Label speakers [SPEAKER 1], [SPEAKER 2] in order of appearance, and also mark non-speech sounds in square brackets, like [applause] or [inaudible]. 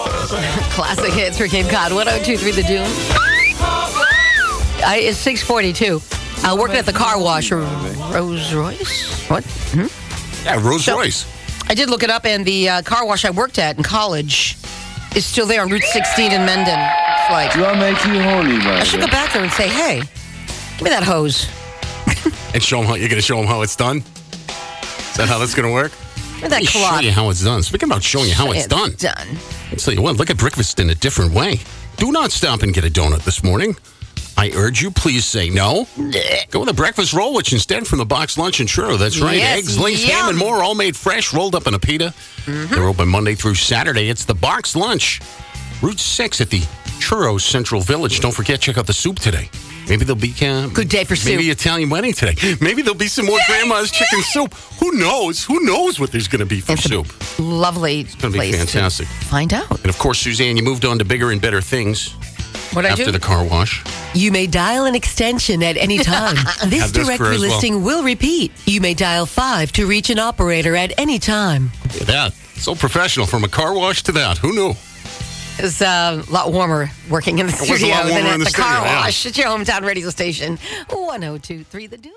[SPEAKER 1] Classic hits for Cape Cod. 1023 The Doom. I, it's 642. Uh, working at the car wash. Rolls Royce? What? Hmm?
[SPEAKER 2] Yeah, Rolls
[SPEAKER 1] So-
[SPEAKER 2] Royce.
[SPEAKER 1] I did look it up, and the uh, car wash I worked at in college is still there on Route 16 in Mendon. It's like,
[SPEAKER 3] Do I make you horny, baby?
[SPEAKER 1] I should go back there and say, hey, give me that hose.
[SPEAKER 2] And show them how you're going to show them how it's done. Is that how that's going to work?
[SPEAKER 1] Give me that
[SPEAKER 2] Let me show
[SPEAKER 1] cloth.
[SPEAKER 2] you how it's done. Speaking about showing you how it's done,
[SPEAKER 1] Done.
[SPEAKER 2] I'll tell you what, look at breakfast in a different way. Do not stop and get a donut this morning. I urge you, please say no. Go with a breakfast roll, which instead from the box lunch and churro. That's right.
[SPEAKER 1] Yes,
[SPEAKER 2] Eggs, links, ham, and
[SPEAKER 1] yum. Mm-hmm.
[SPEAKER 2] more, all made fresh, rolled up in a pita. They're open Monday through Saturday. It's the box lunch, Route 6 at the Churro Central Village. Don't forget, check out the soup today. Maybe there'll be uh,
[SPEAKER 1] Good day for
[SPEAKER 2] maybe
[SPEAKER 1] soup.
[SPEAKER 2] Italian wedding today. Maybe there'll be some more grandma's chicken soup. Who knows? Who knows what there's going to be for
[SPEAKER 1] It's a
[SPEAKER 2] soup?
[SPEAKER 1] Lovely
[SPEAKER 2] gonna be
[SPEAKER 1] place
[SPEAKER 2] fantastic.
[SPEAKER 1] to find out.
[SPEAKER 2] And of course, Suzanne, you moved on to bigger and better things
[SPEAKER 1] What I
[SPEAKER 2] after
[SPEAKER 1] do?
[SPEAKER 2] the car wash.
[SPEAKER 4] You may dial an extension at
[SPEAKER 1] [laughs]
[SPEAKER 4] any time. this
[SPEAKER 2] Have this for
[SPEAKER 4] directory
[SPEAKER 2] as well.
[SPEAKER 4] listing will repeat. You may dial 5 to reach an operator at any time.
[SPEAKER 2] Look at that so professional from a car wash to that. Who knew?
[SPEAKER 1] It's uh, a lot warmer working in the
[SPEAKER 2] was a lot
[SPEAKER 1] studio
[SPEAKER 2] warmer
[SPEAKER 1] than
[SPEAKER 2] in
[SPEAKER 1] at
[SPEAKER 2] the
[SPEAKER 1] the,
[SPEAKER 2] studio,
[SPEAKER 1] car
[SPEAKER 2] yeah.
[SPEAKER 1] wash at your hometown radio station. 1023 The Doom.